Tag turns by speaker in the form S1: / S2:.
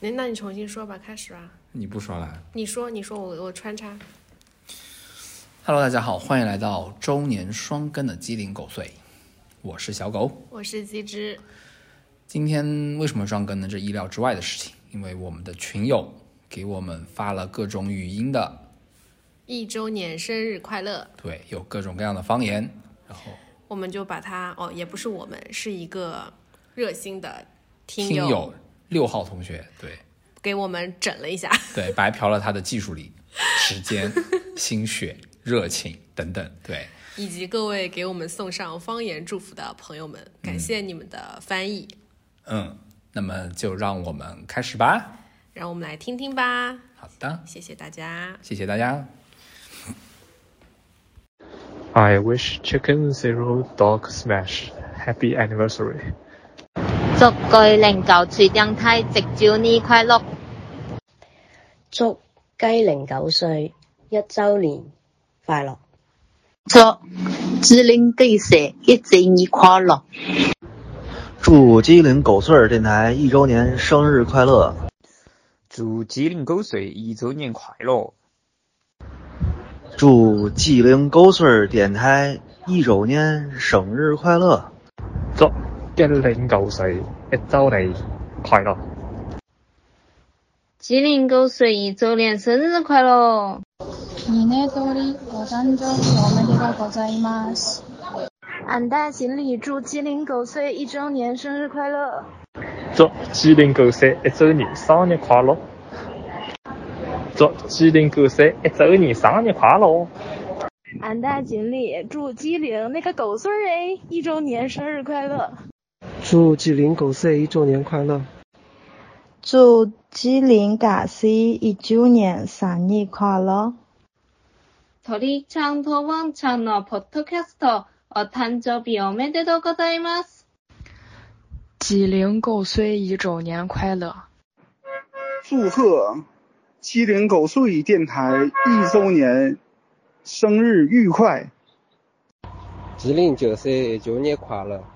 S1: 那那你重新说吧，开始啊！
S2: 你不说了。
S1: 你说，你说我我穿插。
S2: Hello，大家好，欢迎来到周年双更的鸡零狗碎，我是小狗。
S1: 我是鸡汁，
S2: 今天为什么双更呢？这意料之外的事情，因为我们的群友给我们发了各种语音的，
S1: 一周年生日快乐！
S2: 对，有各种各样的方言，然后
S1: 我们就把它哦，也不是我们，是一个热心的听
S2: 听友六号同学，对
S1: 给我们整了一下。
S2: 对，白嫖了他的技术力、时间、心血、热情等等，对。
S1: 以及各位给我们送上方言祝福的朋友们，感谢你们的翻译。
S2: 嗯，那么就让我们开始吧。
S1: 让我们来听听吧，
S2: 好的，
S1: 谢谢大家。
S2: 谢谢大家。
S3: I wish Chicken Zero Dog Smash happy anniversary.
S4: 祝佢能夠茁壯梯，直照呢塊碌。
S5: 祝雞零九歲一週年快樂！
S4: 祝指令雞舍一直以快樂。
S6: 祝鸡零狗碎儿电台一周年生日快乐！
S7: 祝鸡零狗碎一周年快乐！
S6: 祝鸡零狗碎儿电台一周年生日快乐！
S3: 祝一零九歲一周年快樂！
S4: 指令狗水一周年生日快樂！
S8: 峰通りご誕生日おめでとうございます。俺大行李祝鸡零狗碎一周年生日快樂！
S3: 祝雞零九歲一周年生日快樂！祝雞零九歲一周年生日快樂！
S8: 俺大锦鲤祝鸡零那个狗碎儿哎一周年生日快樂！
S9: 祝纪灵狗岁一周年快乐！
S8: 祝鸡零嘎西一周年生日快樂！
S4: 鳥ちゃんとワンちゃんのポッドキャスト、お誕生日おめでとうございます。
S8: 鸡零狗碎一周年快樂！
S10: 祝贺鸡零狗碎电台一周年生日愉快！
S11: 吉林九岁九年快乐！